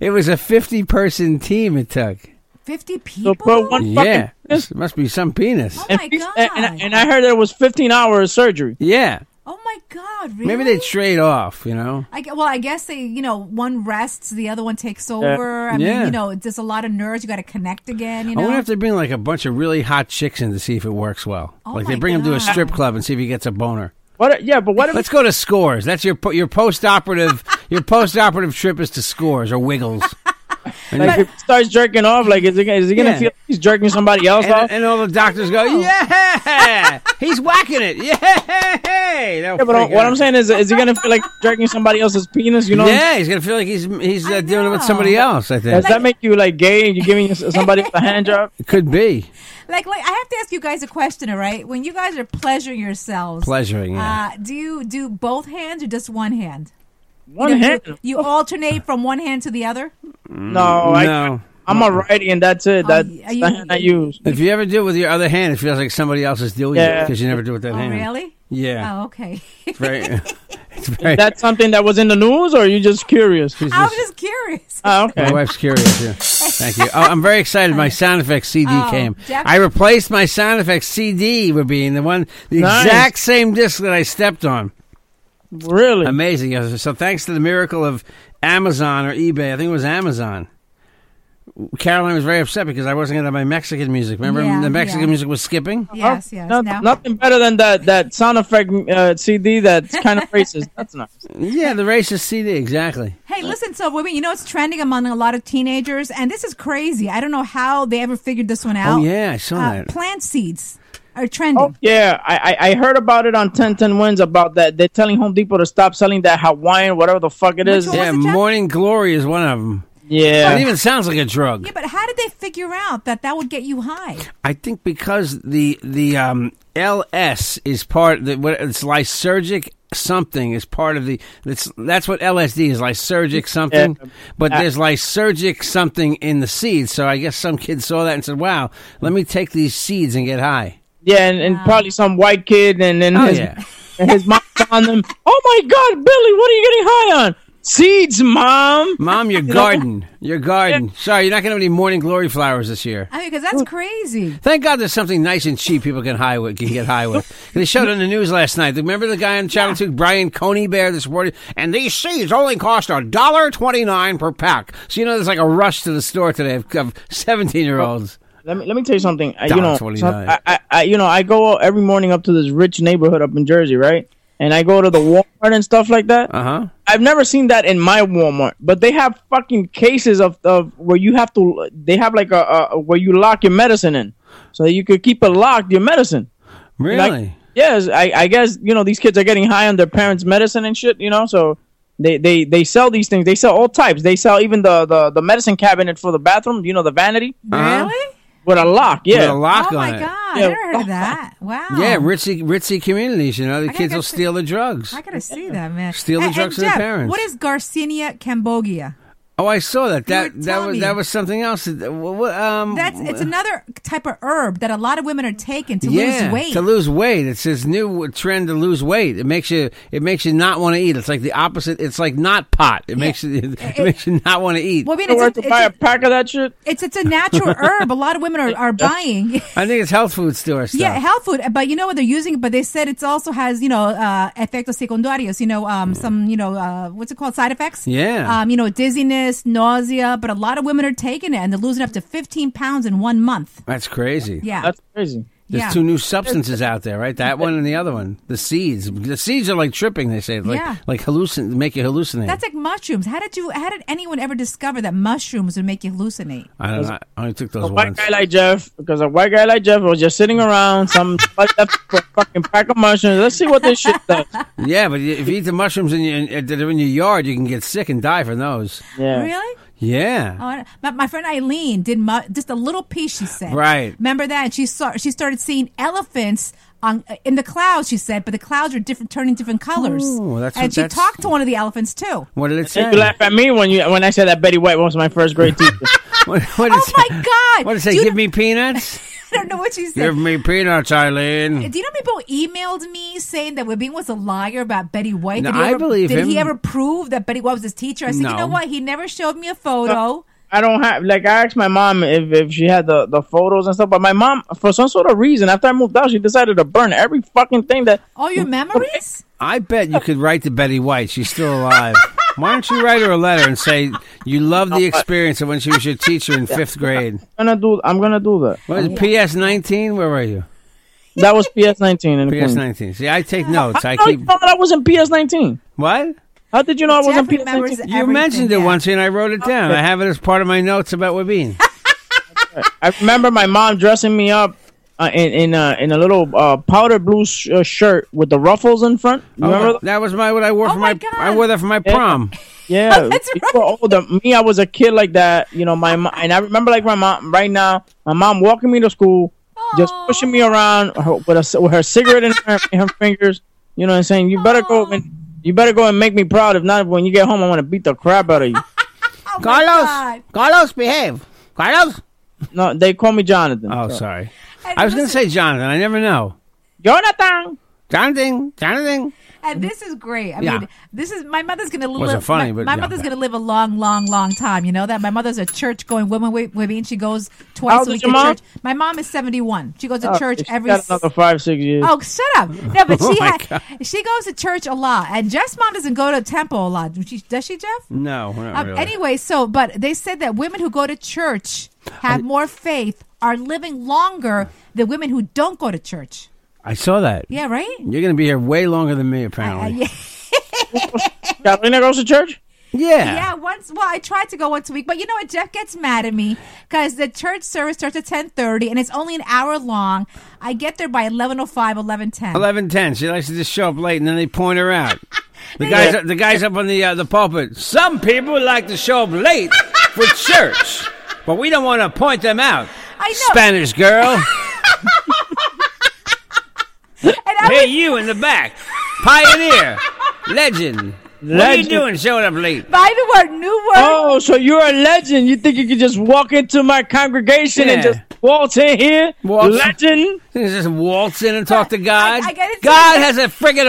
Speaker 3: it was a 50 person team it took.
Speaker 2: fifty people.
Speaker 5: So put one
Speaker 3: Yeah.
Speaker 5: fucking penis
Speaker 3: There must be some penis.
Speaker 2: Oh
Speaker 5: and,
Speaker 2: my
Speaker 5: fix-
Speaker 2: god!
Speaker 5: and- and- and I heard that it was 15 hours surgery.
Speaker 3: Yeah.
Speaker 2: oh my god! Really?
Speaker 3: Maybe they trade off, you know.
Speaker 2: I, gue- well, I guess they, you know, one rests, the other one takes over. I
Speaker 3: Yeah.
Speaker 2: mean, you know, there's a lot of nerves. You got to connect again. You
Speaker 3: I
Speaker 2: know,
Speaker 3: wonder if they bring like a bunch of really hot chicks in to see if it works well.
Speaker 2: Oh
Speaker 3: like they
Speaker 2: my
Speaker 3: bring him to a
Speaker 2: God.
Speaker 3: strip club and see if he gets a boner.
Speaker 5: What? Yeah, but what if
Speaker 3: Let's go to Scores. That's your po- your
Speaker 2: [LAUGHS]
Speaker 3: post operative your post operative trip is to Scores or Wiggles. And,
Speaker 5: like, if he starts jerking off? Like, is he, gonna- is he
Speaker 3: Yeah.
Speaker 5: gonna feel he's jerking somebody else
Speaker 3: and,
Speaker 5: off?
Speaker 3: and all the doctors go, yeah, he's whacking it, yeah.
Speaker 5: yeah, but what I'm saying is, is he gonna feel like jerking somebody else's penis? You know,
Speaker 3: uh, yeah, he's gonna feel like he's he's
Speaker 2: I
Speaker 3: uh, doing it with
Speaker 2: know.
Speaker 3: somebody else. I think
Speaker 5: does that make you like gay? You're giving s- somebody a hand job?
Speaker 3: it could be
Speaker 2: like, like I have to ask you guys a question, all right? When you guys are pleasuring yourselves,
Speaker 3: pleasuring. Yeah.
Speaker 2: uh, do you do both hands or just one hand?
Speaker 5: One hand?
Speaker 3: [LAUGHS]
Speaker 2: You,
Speaker 3: Mm,
Speaker 2: you alternate from one hand to the other.
Speaker 5: No, I,
Speaker 3: no.
Speaker 5: I'm a righty, and that's it. That's
Speaker 2: y- are
Speaker 5: the
Speaker 2: Oh, you-
Speaker 5: hand I use.
Speaker 3: If you ever do it with your other hand, it feels like somebody else is doing it
Speaker 5: Yeah.
Speaker 3: because you never do it with that
Speaker 2: Oh, [LAUGHS]
Speaker 3: hand.
Speaker 2: really?
Speaker 3: Yeah.
Speaker 2: Oh, okay.
Speaker 3: Right. It's very-
Speaker 5: Is that something that was in the news, or are you just curious?
Speaker 3: she's
Speaker 2: I was
Speaker 3: just-
Speaker 2: just curious.
Speaker 5: Ah,
Speaker 3: My
Speaker 5: okay.
Speaker 3: wife's curious. Yeah. Thank you. Oh, I'm very excited. My sound effects CD
Speaker 2: Oh,
Speaker 3: came.
Speaker 2: def-
Speaker 3: I replaced my sound effects CD with being the one, the
Speaker 5: Nice.
Speaker 3: exact same disc that I stepped on.
Speaker 5: Really?
Speaker 3: Amazing. Yes. So thanks to the miracle of Amazon or eBay, I think it was Amazon. Caroline was very upset because I wasn't going to have my Mexican music. Remember,
Speaker 2: Yeah,
Speaker 3: the Mexican
Speaker 2: yeah.
Speaker 3: music was skipping.
Speaker 5: Oh,
Speaker 2: yes, yes.
Speaker 5: no-
Speaker 2: now.
Speaker 5: Nothing better than that that sound effect uh, CD that's kind of racist. That's nice.
Speaker 3: Yeah, the racist CD exactly.
Speaker 2: Hey, listen, so women, you know it's trending among a lot of teenagers, and this is crazy. I don't know how they ever figured this one out.
Speaker 3: Oh yeah, I saw
Speaker 2: Uh,
Speaker 3: that.
Speaker 2: plant seeds are trending.
Speaker 5: Oh yeah, I, I I heard about it on 1010 Wins about that. They're telling Home Depot to stop selling that Hawaiian, whatever the fuck it is.
Speaker 2: one?
Speaker 3: yeah,
Speaker 2: was it, Jack?
Speaker 3: Morning Glory is one of them.
Speaker 5: Yeah,
Speaker 3: It even sounds like a drug.
Speaker 2: Yeah, but how did they figure out that that would get you high?
Speaker 3: I think because the the um, LS is part the what it's lysergic something is part of the that's that's what LSD is lysergic something
Speaker 5: Yeah. Ah.
Speaker 3: but there's lysergic something in the seeds so I guess some kid saw that and said wow let me take these seeds and get high
Speaker 5: yeah, and, and probably some white kid, and then
Speaker 3: oh
Speaker 5: his,
Speaker 3: yeah
Speaker 5: and his mom on them. Oh my God, Billy, what are you getting high on? Seeds, mom.
Speaker 2: [LAUGHS]
Speaker 3: mom your garden your garden sorry you're not gonna have any morning glory flowers this year
Speaker 2: I mean, because that's crazy.
Speaker 3: Thank God there's something nice and cheap people can high with, can get high with.
Speaker 2: [LAUGHS]
Speaker 3: they showed on the news last night. Remember the guy on Channel Two, Brian Coney Bear, this morning, and these seeds only cost a dollar twenty nine per pack. So you know there's like a rush to the store today of, of seventeen year olds.
Speaker 5: Let me let me tell you something. I, you
Speaker 3: Dollar
Speaker 5: know,
Speaker 3: twenty
Speaker 5: some-
Speaker 3: nine.
Speaker 5: I, I, I you know I go every morning up to this rich neighborhood up in Jersey, right? And I go to the Walmart and stuff like that.
Speaker 3: Uh huh.
Speaker 5: I've never seen that in my Walmart, but they have fucking cases of, of where you have to. They have like a, a where you lock your medicine in, so that you could keep it locked your medicine.
Speaker 3: Really?
Speaker 5: Like, yes, I, I guess you know these kids are getting high on their parents' medicine and shit. You know, so they, they they sell these things. They sell all types. They sell even the the, the medicine cabinet for the bathroom. You know, the vanity
Speaker 3: Uh-huh.
Speaker 2: Really?
Speaker 5: with a lock.
Speaker 3: With
Speaker 5: Yeah,
Speaker 3: a lock
Speaker 2: oh
Speaker 3: on
Speaker 2: my
Speaker 3: it.
Speaker 2: god!
Speaker 5: Yeah.
Speaker 2: I never heard of that. Wow.
Speaker 3: Yeah, ritzy ritzy communities. You know the
Speaker 2: I
Speaker 3: kids
Speaker 2: gotta
Speaker 3: will
Speaker 2: see-
Speaker 3: steal the drugs.
Speaker 2: I gotta see that man.
Speaker 3: Steal the
Speaker 2: And-
Speaker 3: drugs
Speaker 2: and
Speaker 3: of
Speaker 2: Jeff,
Speaker 3: their parents.
Speaker 2: What is Garcinia cambogia?
Speaker 3: oh, I saw that. That
Speaker 2: were
Speaker 3: that
Speaker 2: telling
Speaker 3: was
Speaker 2: me.
Speaker 3: that was something else. That- wh- wh- Um,
Speaker 2: That's it's another type of herb that a lot of women are taking to
Speaker 3: yeah,
Speaker 2: lose weight.
Speaker 3: To lose weight, it's this new trend to lose weight. It makes you it makes you not want to eat. It's like the opposite. It's like not pot. It makes you [LAUGHS] it,
Speaker 2: it-
Speaker 3: makes you not want to eat.
Speaker 2: well, I mean,
Speaker 5: It's worth
Speaker 2: it's, a,
Speaker 5: to buy a
Speaker 2: it's, a,
Speaker 5: pack of that shit.
Speaker 2: it's it's a natural herb. A lot of women are,
Speaker 3: [LAUGHS]
Speaker 2: are buying. [LAUGHS]
Speaker 3: I think it's health food store stuff.
Speaker 2: Yeah, health food, but you know what they're using. it, But they said it also has you know uh, efectos secundarios. You know, um, some you know uh, what's it called? Side effects.
Speaker 3: Yeah.
Speaker 2: Um, you know, dizziness, nausea. But a lot of women are taking it, and they're losing up to 15 pounds in one month.
Speaker 3: That's crazy.
Speaker 2: Yeah.
Speaker 5: That's crazy.
Speaker 3: There's
Speaker 2: yeah.
Speaker 3: two new substances out there, right? That one and the other one. The seeds. The seeds are like tripping. They say like
Speaker 2: Yeah.
Speaker 3: like hallucin make you hallucinate.
Speaker 2: That's like mushrooms. How did you? How did anyone ever discover that mushrooms would make you hallucinate?
Speaker 3: I don't know. I only took those
Speaker 5: a white
Speaker 3: ones.
Speaker 5: guy like Jeff, because a white guy like Jeff was just sitting
Speaker 2: [LAUGHS]
Speaker 5: around, some like that for a fucking pack of mushrooms. Let's see what this shit
Speaker 2: [LAUGHS]
Speaker 5: does.
Speaker 3: Yeah, but if you eat the mushrooms in your, in, that are in your yard, you can get sick and die from those.
Speaker 5: Yeah.
Speaker 2: Really?
Speaker 3: Yeah.
Speaker 2: Oh, I- my, my friend Eileen did mu- just a little piece. She said,
Speaker 3: Right.
Speaker 2: Remember that? And she saw she started seeing elephants on in the clouds. She said, but the clouds are different, turning different colors.
Speaker 3: Oh, that's
Speaker 2: and
Speaker 3: what-
Speaker 2: she
Speaker 3: that's-
Speaker 2: talked to one of the elephants too.
Speaker 3: What did it say?
Speaker 5: You laugh at me when you when I said that Betty White was my first grade teacher.
Speaker 3: [LAUGHS]
Speaker 2: [LAUGHS]
Speaker 3: What, what did
Speaker 2: Oh
Speaker 3: it say?
Speaker 2: my God!
Speaker 3: [LAUGHS] What did it say?
Speaker 2: Do you
Speaker 3: Give
Speaker 2: know-
Speaker 3: me peanuts.
Speaker 2: [LAUGHS] I don't know what she said.
Speaker 3: Give me peanuts, Eileen.
Speaker 2: Do you know people emailed me saying that Webin was a liar about Betty White?
Speaker 3: No,
Speaker 2: did he
Speaker 3: I
Speaker 2: ever,
Speaker 3: believe
Speaker 2: Did he
Speaker 3: him.
Speaker 2: ever prove that Betty White was his teacher? I said, you
Speaker 3: No.
Speaker 2: know what? He never showed me a photo.
Speaker 5: I don't have like I asked my mom if, if she had the, the photos and stuff, but my mom for some sort of reason after I moved out she decided to burn every fucking thing that
Speaker 2: All
Speaker 3: [LAUGHS]
Speaker 2: your memories?
Speaker 3: I bet you could write to Betty White. She's still alive. Why don't you write her a letter and say you love the experience of when she was your teacher in fifth grade?
Speaker 5: I'm gonna do I'm gonna do that.
Speaker 3: What is it, PS nineteen? Where were you?
Speaker 5: That was PS nineteen and
Speaker 3: PS nineteen. See, I take notes. I
Speaker 5: How did you
Speaker 3: keep
Speaker 5: know that I was in PS nineteen?
Speaker 3: what
Speaker 5: How did you know I was in
Speaker 2: Jeff
Speaker 5: PS
Speaker 2: remembers
Speaker 5: nineteen?
Speaker 3: you
Speaker 2: Everything,
Speaker 3: mentioned it
Speaker 2: yeah.
Speaker 3: once, and I wrote it down. I have it as part of my notes about Webin.
Speaker 5: I remember my mom dressing me up uh, in in uh, in a little uh, powder blue sh- uh, shirt with the ruffles in front. You remember?
Speaker 3: Oh, that was my what I wore
Speaker 2: Oh
Speaker 3: for
Speaker 2: my
Speaker 3: my,
Speaker 2: God.
Speaker 3: I wore that for my prom.
Speaker 5: Yeah, [LAUGHS]
Speaker 2: That's
Speaker 5: you were older. Me, I was a kid like that. You know, my mo- and I remember like my mom right now. My mom walking me to school, just
Speaker 2: Aw.
Speaker 5: pushing me around her, with, a, c- with her cigarette in her, in her fingers. You know, and saying, "You better go and you better go and make me proud. If not, when you get home, I want to beat the crap out of you."
Speaker 2: Oh my
Speaker 3: Carlos,
Speaker 2: God.
Speaker 3: Carlos, behave, Carlos.
Speaker 5: no, they call me Jonathan.
Speaker 3: Oh,
Speaker 5: so.
Speaker 3: sorry.
Speaker 2: And
Speaker 3: I was going to
Speaker 2: listen-
Speaker 3: say Jonathan. I never know.
Speaker 5: Jonathan.
Speaker 3: Jonathan, Jonathan.
Speaker 2: And this is great. I
Speaker 3: Mm. Yeah.
Speaker 2: mean, this is my mother's going to
Speaker 3: Wasn't
Speaker 2: live.
Speaker 3: funny,
Speaker 2: my,
Speaker 3: but
Speaker 2: my
Speaker 3: yeah.
Speaker 2: mother's going to live a long, long, long time. You know that my mother's a church going woman. Wi- Wi- and She goes twice
Speaker 5: old
Speaker 2: a
Speaker 5: is
Speaker 2: week to
Speaker 5: your mom?
Speaker 2: church. My mom is seventy-one. She goes to church
Speaker 5: She
Speaker 2: every.
Speaker 5: got another five six years.
Speaker 2: Oh, shut
Speaker 3: [LAUGHS]
Speaker 2: up! No, but
Speaker 3: Oh
Speaker 2: she
Speaker 3: my
Speaker 2: had,
Speaker 3: God.
Speaker 2: she goes to church a lot, and Jeff's mom doesn't go to temple a lot. Does she, does she Jeff?
Speaker 3: No, not
Speaker 2: Um,
Speaker 3: really.
Speaker 2: Anyway, so but they said that women who go to church have more faith, are living longer than women who don't go to church.
Speaker 3: I saw that.
Speaker 2: Yeah, right.
Speaker 3: You're going to be here way longer than me, apparently.
Speaker 2: Uh, yeah,
Speaker 5: Catalina goes to church.
Speaker 3: yeah.
Speaker 2: yeah. Once, well, I tried to go once a week, but you know what? Jeff gets mad at me because the church service starts at ten thirty, and it's only an hour long. I get there by 11.05, 11.10.
Speaker 3: Eleven ten. She likes to just show up late, and then they point
Speaker 2: [LAUGHS]
Speaker 3: her out. The guys, the guys up on the uh, the pulpit. Some people like to show up late
Speaker 2: [LAUGHS]
Speaker 3: for church, but we don't want to point them out.
Speaker 2: I know.
Speaker 3: Spanish girl,
Speaker 2: And [LAUGHS] I
Speaker 3: hey
Speaker 2: was,
Speaker 3: you in the back, pioneer, legend. What are you
Speaker 5: Legend.
Speaker 3: doing showing up late?
Speaker 2: by the word, new word.
Speaker 5: Oh, so you're a legend. You think you could just walk into my congregation and
Speaker 3: Yeah.
Speaker 5: just waltz in here?
Speaker 3: Waltz.
Speaker 5: Legend.
Speaker 3: You just waltz in and talk to God.
Speaker 2: I- I gotta
Speaker 3: God
Speaker 2: tell you-
Speaker 3: has a friggin'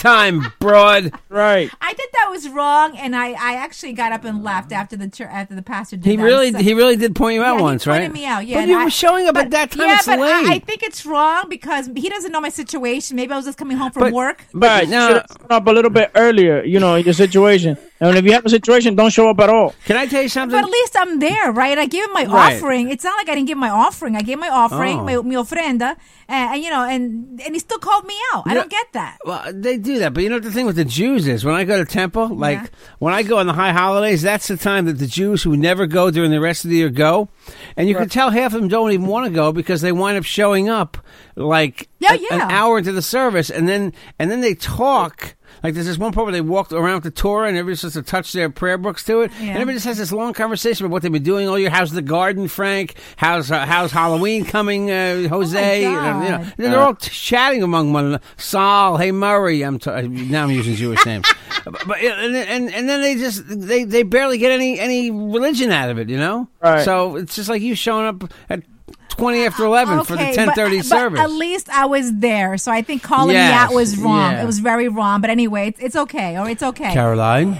Speaker 2: [LAUGHS]
Speaker 3: time, broad.
Speaker 5: Right.
Speaker 2: I did that was wrong, and I, I actually got up and left after the chur after the pastor did
Speaker 3: He
Speaker 2: that.
Speaker 3: really,
Speaker 2: So-
Speaker 3: he really did point you out
Speaker 2: Yeah,
Speaker 3: once,
Speaker 2: he
Speaker 3: right?
Speaker 2: pointed me out. Yeah,
Speaker 3: but
Speaker 2: and
Speaker 3: you
Speaker 2: I-
Speaker 3: were showing up
Speaker 2: but-
Speaker 3: at that time.
Speaker 2: Yeah,
Speaker 3: it's
Speaker 2: but
Speaker 3: late.
Speaker 2: I, I think it's wrong because he doesn't know my situation. Maybe I was just coming home from
Speaker 3: But-
Speaker 2: work.
Speaker 3: but
Speaker 5: Right.
Speaker 3: now,
Speaker 5: Should have shown up a little bit earlier, you know, in your situation. And if you have a situation, don't show up at all.
Speaker 3: can I tell you something?
Speaker 2: But at least I'm there, right? I gave him my
Speaker 3: Right.
Speaker 2: offering. It's not like I didn't give my offering. I gave my offering,
Speaker 3: Oh.
Speaker 2: my, mi ofrenda, and, and, you know, and and he still called me out. I don't get that.
Speaker 3: Well, they do that, but you know what the thing with the Jews is when I go to temple, like when I go on the high holidays, that's the time that the Jews who never go during the rest of the year go, and you can tell half of them don't even want to go because they wind up showing up like
Speaker 2: Yeah,
Speaker 3: a- an
Speaker 2: yeah.
Speaker 3: hour into the service, and then and then they talk. Like there's this one part where they walked around with the Torah and everybody's supposed to touch their prayer books to it, and
Speaker 2: Yeah.
Speaker 3: everybody just has this long conversation about what they've been doing all year. How's the garden, Frank? How's uh, how's Halloween coming, uh, Jose? And, you know,
Speaker 2: Oh, God.
Speaker 3: and
Speaker 6: Uh,
Speaker 3: they're all t- chatting among one another. Saul, hey Murray, I'm t- now I'm using Jewish
Speaker 6: [LAUGHS]
Speaker 3: names, but, but and, and and then they just they they barely get any any religion out of it, you know.
Speaker 5: Right.
Speaker 3: So it's just like you showing up at twenty after eleven for the
Speaker 2: Okay,
Speaker 3: ten
Speaker 2: but- uh,
Speaker 3: thirty
Speaker 2: but
Speaker 3: service.
Speaker 2: at least I was there, so I think calling
Speaker 3: Yes,
Speaker 2: me out was wrong.
Speaker 3: yeah.
Speaker 2: It was very wrong. But anyway, it's, it's okay, or it's okay.
Speaker 6: Caroline,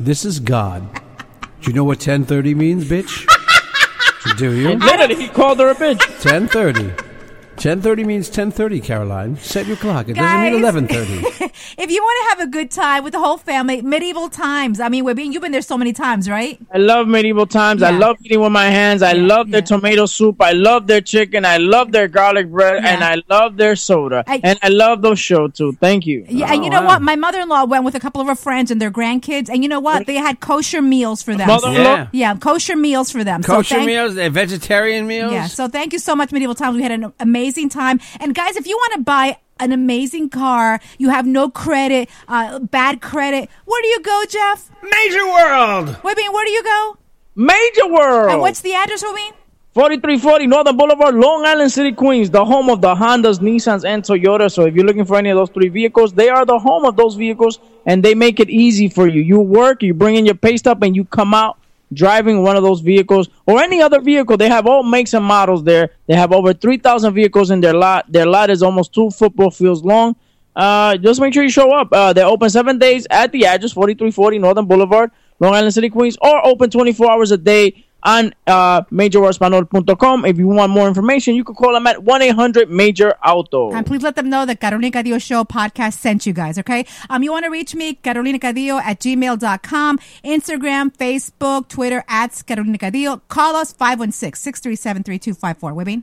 Speaker 6: this is God. Do you know what 1030 means, bitch? Do
Speaker 2: [LAUGHS]
Speaker 6: you?
Speaker 5: Literally, he called her a bitch.
Speaker 6: 1030. 1030 means 1030, Caroline. Set your clock. It doesn't mean
Speaker 2: Guys. [LAUGHS]
Speaker 6: 1130.
Speaker 2: If you want to have a good time with the whole family, medieval times. I mean, we're being you've been there so many times, right?
Speaker 5: I love medieval times. I
Speaker 2: Yeah.
Speaker 5: love eating with my hands. I love their
Speaker 2: yeah.
Speaker 5: tomato soup. I love their chicken. I love their garlic bread,
Speaker 2: Yeah.
Speaker 5: and I love their soda.
Speaker 2: I-
Speaker 5: and I love those shows too. Thank you.
Speaker 2: Yeah, and you know what? My mother-in-law went with a couple of her friends and their grandkids, and you know what? They had kosher meals for them.
Speaker 5: Mother-in-law?
Speaker 3: Yeah.
Speaker 2: yeah, kosher meals for them.
Speaker 3: Kosher
Speaker 2: so thank-
Speaker 3: meals, uh, vegetarian meals.
Speaker 2: Yeah, so thank you so much, Medieval Times. We had an amazing time. And guys, if you want to buy an amazing car, you have no credit, uh, bad credit. Where do you go, Jeff?
Speaker 3: Major World.
Speaker 2: Wait, I mean, where do you go?
Speaker 5: Major World.
Speaker 2: And what's the address, Webin?
Speaker 5: 4340 Northern Boulevard, Long Island City, Queens, the home of the Hondas, Nissans, and Toyotas. So if you're looking for any of those three vehicles, they are the home of those vehicles and they make it easy for you. You work, you bring in your pay stub, and you come out driving one of those vehicles or any other vehicle. They have all makes and models there. They have over 3,000 vehicles in their lot. Their lot is almost two football fields long. Uh, just make sure you show up. Uh, they're open seven days at the address 4340 Northern Boulevard, Long Island City, Queens, or open 24 hours a day on uh, majorwellspanol.com. If you want more information, you can call them at 1 800 Major Auto.
Speaker 2: And please let them know that Carolina Cadillo Show podcast sent you guys, okay? Um, you want to reach me, Carolina Cadillo at gmail.com, Instagram, Facebook, Twitter, at Carolina Cadillo. Call us 516-637-3254. Webin?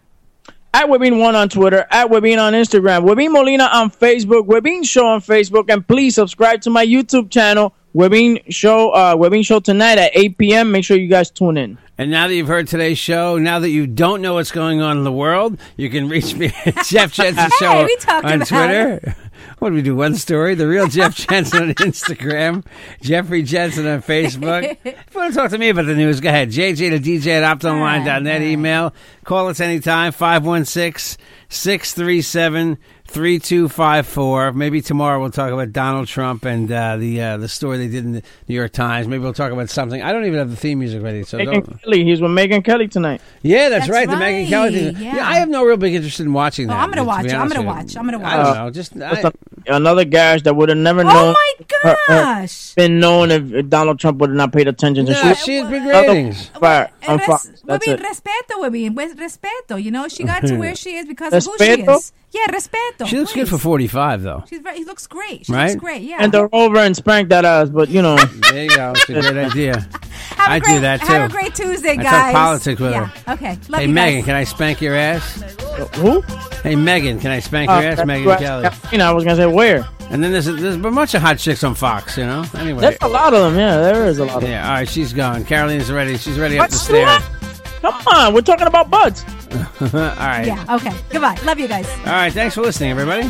Speaker 5: At Webin1 on Twitter, at Webin on Instagram, Webin Molina on Facebook, Webin Show on Facebook, and please subscribe to my YouTube channel, Webin Show, uh, Webin Show tonight at 8 p.m. Make sure you guys tune in.
Speaker 3: And now that you've heard today's show, now that you don't know what's going on in the world, you can reach me at [LAUGHS] Jeff Jensen Show
Speaker 2: we talking
Speaker 3: on
Speaker 2: about
Speaker 3: Twitter. [LAUGHS] What do we do? One story? The real Jeff [LAUGHS] Jensen on Instagram, Jeffrey Jensen on
Speaker 2: [LAUGHS]
Speaker 3: Facebook. if you want to talk to me about the news, go ahead. JJ to DJ at optonline.net. Email. Call us anytime, 516 637 3254. Maybe tomorrow we'll talk about Donald Trump and uh, the uh, the story they did in the New York Times. Maybe we'll talk about something. I don't even have the theme music ready, so
Speaker 5: Megan
Speaker 3: don't.
Speaker 5: Kelly, he's with Megan Kelly tonight.
Speaker 3: Yeah, that's,
Speaker 2: That's
Speaker 3: right. The Megan
Speaker 2: right,
Speaker 3: Kelly thing. Yeah.
Speaker 2: yeah. Oh,
Speaker 3: I have no real big interest in watching that.
Speaker 2: I'm gonna
Speaker 3: to be
Speaker 2: watch it. I'm
Speaker 3: honest
Speaker 2: gonna
Speaker 3: with you.
Speaker 2: watch. I'm gonna
Speaker 3: I don't
Speaker 2: watch.
Speaker 3: know. Just
Speaker 5: What's
Speaker 3: I,
Speaker 5: up? another gash that would have never
Speaker 2: Oh
Speaker 5: known.
Speaker 2: my
Speaker 5: her- her-
Speaker 2: gosh!
Speaker 5: been known if, if Donald Trump would have not paid attention to
Speaker 3: Yeah,
Speaker 5: shit.
Speaker 3: she has big
Speaker 5: Another
Speaker 3: ratings.
Speaker 5: fire on
Speaker 2: res-
Speaker 5: Fox. That's
Speaker 2: women,
Speaker 5: it.
Speaker 2: respeto, women, with respeto. You know, she got to
Speaker 5: [LAUGHS]
Speaker 2: where she is because of who she
Speaker 5: Respeto?
Speaker 2: is. Yeah, respeto.
Speaker 3: She looks good for
Speaker 2: Oh, please.
Speaker 3: 45, though.
Speaker 2: She's very, he looks great. She looks
Speaker 3: Right?
Speaker 2: great. Yeah.
Speaker 5: And they're over and spanked that ass, but you know,
Speaker 3: There you go. It's a good [LAUGHS] idea.
Speaker 2: have a
Speaker 3: I do
Speaker 2: great,
Speaker 3: that,
Speaker 2: Have a
Speaker 3: too.
Speaker 2: great Tuesday,
Speaker 3: I
Speaker 2: guys.
Speaker 3: talk politics with
Speaker 2: yeah.
Speaker 3: her.
Speaker 2: Okay. Love
Speaker 3: hey,
Speaker 2: you
Speaker 3: Megan,
Speaker 2: guys.
Speaker 3: can I spank your ass?
Speaker 5: who?
Speaker 3: Hey, Megan, can I spank
Speaker 5: Uh,
Speaker 3: your ass,
Speaker 5: that's
Speaker 3: Megan
Speaker 5: what-
Speaker 3: Kelly?
Speaker 5: You know, I was gonna say where.
Speaker 3: And then there's a, there's a bunch of hot chicks on Fox, you know? Anyway.
Speaker 5: There's a lot of them. Yeah, there is a lot of them.
Speaker 3: yeah, all right, she's gone. Caroline's ready. She's ready up the
Speaker 5: What's
Speaker 3: stairs.
Speaker 5: Come on, we're talking about buds.
Speaker 3: [LAUGHS] all right.
Speaker 2: Yeah. Okay. Goodbye. Love you guys.
Speaker 3: All right, thanks for listening, everybody.
Speaker 1: Te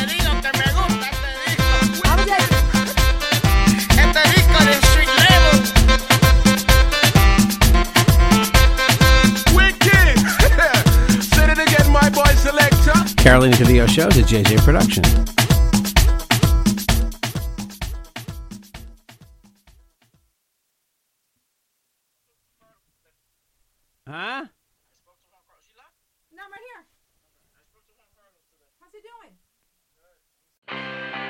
Speaker 1: digo que me gusta este disco.
Speaker 2: Have a good-
Speaker 1: Este disco del Street Level. Wicked. [LAUGHS] Say it again, my boy selector.
Speaker 3: Carolina Cadillo Show is a JJ production. Huh?
Speaker 2: No, I'm right here. How's he doing?